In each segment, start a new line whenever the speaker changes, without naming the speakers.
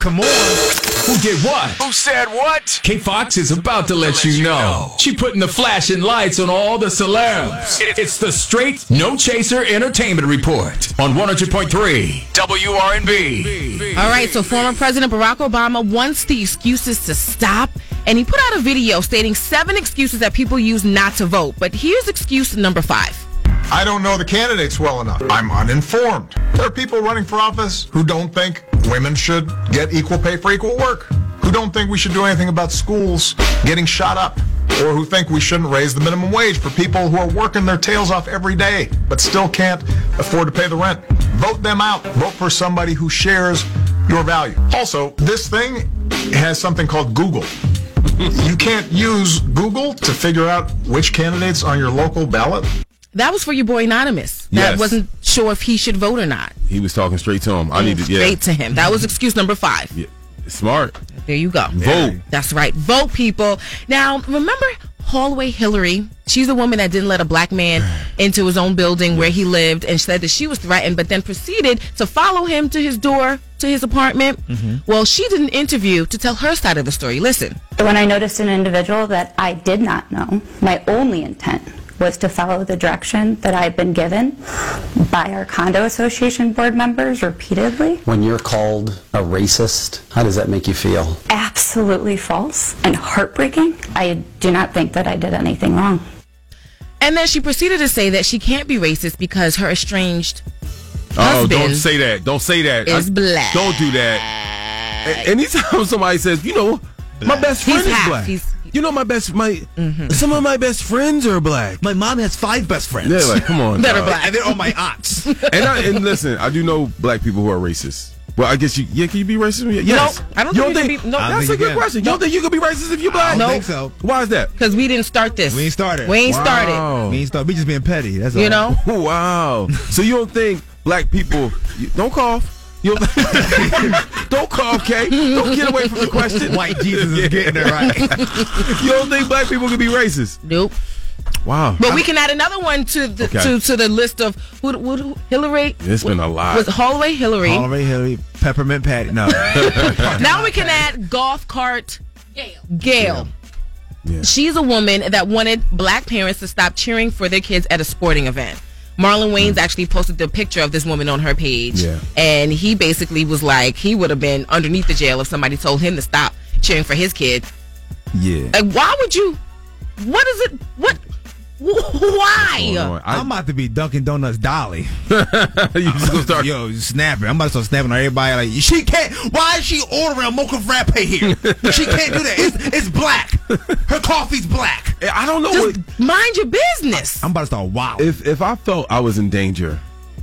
Come on. Who did what?
Who said what?
K Fox is about to let you know. She putting the flashing lights on all the celebs. It's the straight No Chaser Entertainment Report on 100.3 WRNB.
All right, so former President Barack Obama wants the excuses to stop, and he put out a video stating seven excuses that people use not to vote. But here's excuse number five.
I don't know the candidates well enough. I'm uninformed. There are people running for office who don't think women should get equal pay for equal work, who don't think we should do anything about schools getting shot up, or who think we shouldn't raise the minimum wage for people who are working their tails off every day but still can't afford to pay the rent. Vote them out. Vote for somebody who shares your value. Also, this thing has something called Google you can't use Google to figure out which candidates on your local ballot.
That was for your boy Anonymous. That
Yes.
wasn't sure if he should vote or not.
He was talking straight to him. I need to yeah.
Mm, Straight to him. That was excuse number five.
Yeah. Smart.
There you go.
Vote.
That's right. Vote, people. Now, remember Hallway Hillary? She's the woman that didn't let a black man into his own building where he lived and said that she was threatened, but then proceeded to follow him to his door, to his apartment. Well, she did an interview to tell her side of the story. Listen.
When I noticed an individual that I did not know, my only intent was to follow the direction that I had been given by our condo association board members repeatedly.
When you're called a racist, how does that make you feel?
Absolutely false and heartbreaking. I do not think that I did anything wrong.
And then she proceeded to say that she can't be racist because her estranged
Oh,
husband.
don't say that. Don't say that.
is black.
Don't do that. A- Anytime somebody says, you know, my best friend
He's
is
half.
black.
He's- Mm-hmm.
you know, my best my some of my best friends are black.
My mom has five best friends.
Yeah, like come on.
That are
dog.
black.
and they're all my aunts.
And I, and listen, I do know black people who are racist. Well, I guess you. Yeah, can you be racist? Yes.
Nope. I don't
you
think you can be-
No,
nope. I
don't
that's
think
a
you
good
can.
question. You don't think you could be racist if you're black?
I don't think so.
Why is that?
Because we didn't start this.
We ain't started.
We ain't
Wow.
started.
Me and start. We just being petty. That's all.
You know?
Wow. So you don't think black people you, don't cough? You don't, don't cough, Kay. Don't get away from the question.
White Jesus is getting it right.
You don't think black people can be racist?
Nope.
Wow.
But we can add another one to the
Okay.
to, to the list of who, who, who Hillary
It's been a lot.
was Hallway Hillary.
Hillary, Hillary, peppermint patty. No,
Now we can add golf cart Gail. Gail.
Yeah.
She's a woman that wanted black parents to stop cheering for their kids at a sporting event. Marlon Wayne's actually posted the picture of this woman on her page.
Mm. Yeah.
And he basically was like, he would have been underneath the jail if somebody told him to stop cheering for his kid.
yeah.
Like, why would you? What is it? What? wh- Why?
Hold on.
I'm
I,
about to be Dunkin' Donuts Dolly.
you just gonna start.
Yo, snapping. I'm about to start snapping on everybody. Like she can't. Why is she ordering a mocha frappe here? she can't do that. It's, it's black. Her coffee's black.
I don't know what,
Just mind your business.
I'm about to start wow.
if if I felt I was in danger,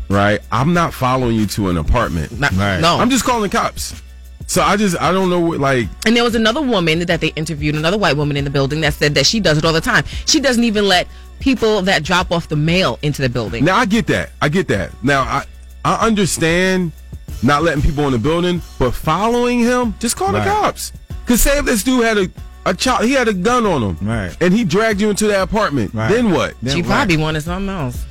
right? I'm not following you to an apartment.
Not- No.
I'm just calling cops. So I just I don't know what like
And there was another woman that they interviewed, another white woman in the building that said that she does it all the time. She doesn't even let people that drop off the mail into the building.
Now I get that. I get that. Now I I understand not letting people in the building, but following him, just call
Right.
the cops. Cause say if this dude had a a child, he had a gun on him,
Right.
And he dragged you into that apartment.
Right.
Then what?
Then
she
what? Uh-huh.
probably wanted something else.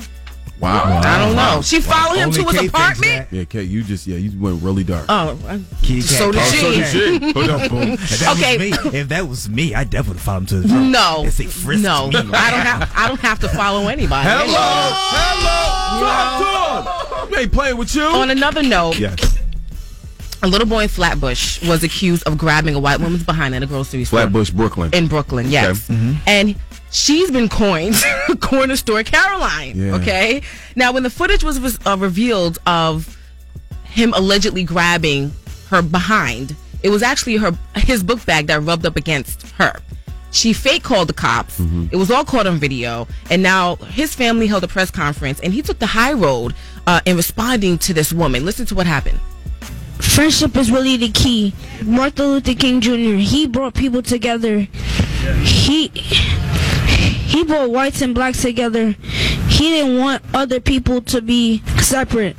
Wow.
I don't know. She followed him
Only Kay
to his
thinks
apartment.
that.
Yeah, Kate, you just yeah, you went really dark.
Oh, I-
Key
So
cat, cat.
did she.
Oh, so did she. Hold up, boom.
If that
Okay.
was me, if that was me, I definitely would follow him to his room.
no,
It's a frisk
no,
me.
I don't have. I don't have to follow anybody.
Hello, hello, talk to him. We ain't playing with you.
On another note,
yes,
a little boy in Flatbush was accused of grabbing a white woman's behind at a grocery store.
Flatbush, Brooklyn.
in Brooklyn, yes.
Mm-hmm.
And she's been coined Corner Store Caroline,
Yeah.
okay? Now, when the footage was, was uh, revealed of him allegedly grabbing her behind, it was actually her his book bag that rubbed up against her. She fake called the cops.
Mm-hmm.
It was all caught on video. And now his family held a press conference and he took the high road uh, in responding to this woman. Listen to what happened.
friendship is really the key. Martin Luther King Jr. He brought people together. He he brought whites and blacks together. He didn't want other people to be separate.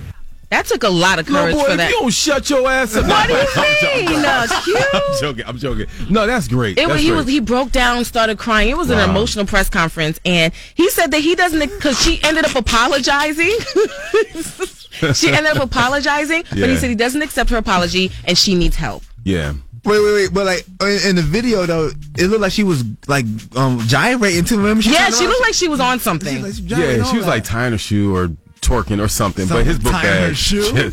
That took a lot of
Little
courage
boy,
for
if
that.
you don't shut your ass up.
What do you
I'm
mean?
joking.
Uh, cute.
I'm joking. I'm joking. No, that's great.
It was,
that's
he
great.
was he broke down, started crying. It was an
Wow.
emotional press conference, and he said that he doesn't because she ended up apologizing. she ended up apologizing, but he
Yeah.
said he doesn't accept her apology and she needs help.
Yeah.
Wait, wait, wait. But like in, in the video though, it looked like she was like um gyrating too. Remember? She
Yeah,
turned
she
around,
looked like she was on something.
she
Yeah,
gyrating
she was
all
like tying her shoe or twerking or something. but his book
Tying her
bag.
shoe?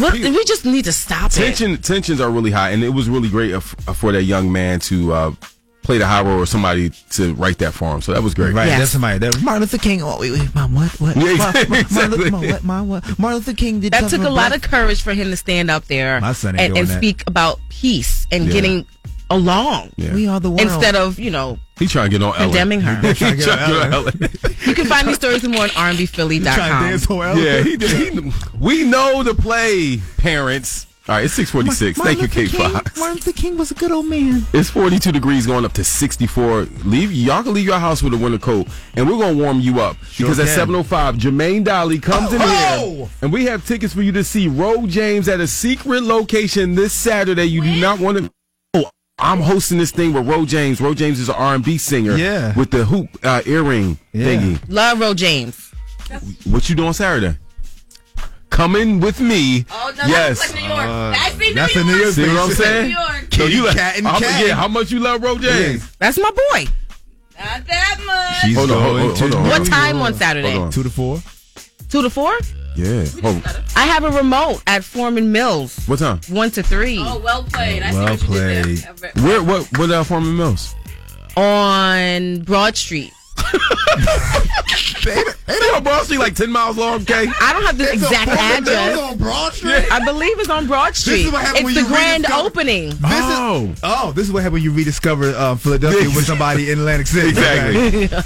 Look, we just need to stop it.
tension tensions are really high, and it was really great of- for that young man to uh, play the high role or somebody to write that for him. So that was great.
Right,
Yes.
that's somebody. That Martin Luther King. Oh, wait, wait, mom, what, what?
Yeah,
Ma- ma- Martin
exactly.
Luther- ma- what, ma- what? Martin Luther King did
That
something
took a lot
about-
of courage for him to stand up there
My son
and,
ain't doing
and
that.
speak about peace and
Yeah.
getting along
Yeah.
We are the world.
instead of, you know,
He trying to get on Ellen.
condemning her.
He trying to get on Ellen.
you can find these stories and more on rnbphilly.com.
yeah, he did. He, we know the play, parents. All right, it's six forty six. Thank you, Kate Fox.
Martin Luther King was a good old man.
It's 42 degrees going up to 64. Leave y'all can leave your house with a winter coat, and we're gonna warm you up because at
can.
7:05, Jermaine Dolly comes in here,
Oh!
and we have tickets for you to see Roe James at a secret location this Saturday. You do not want to. Oh, I'm hosting this thing with Roe James. Roe James is an R&B singer.
Yeah.
With the hoop uh, earring
Yeah.
thingy.
Love Roe James.
What you doing Saturday? Coming with me.
Oh,
yes.
New York. that's in
Uh, that's in New York.
See what I'm saying? So
Kitty
you like-
cat and
how-
cat.
Yeah, how much you love Roe James?
That's my boy. Not that
She's
Hold on, hold-
going
hold- hold
to
on.
New
What time
York.
on Saturday?
Hold on.
Two to four.
Two to four?
Yeah. Oh,
I have a remote at Foreman Mills.
what time?
One to three
well played. I
Well played.
Where what what uh, Foreman Mills?
on Broad Street.
Ain't that Broad Street like ten miles long? Okay.
I don't have the exact address.
on Broad Street.
I believe it's on Broad Street.
what happened
it's
when
the
you
grand
rediscover-
opening.
This
Oh.
is oh, this is what happened when you rediscover uh, Philadelphia with somebody in Atlantic City.
Exactly.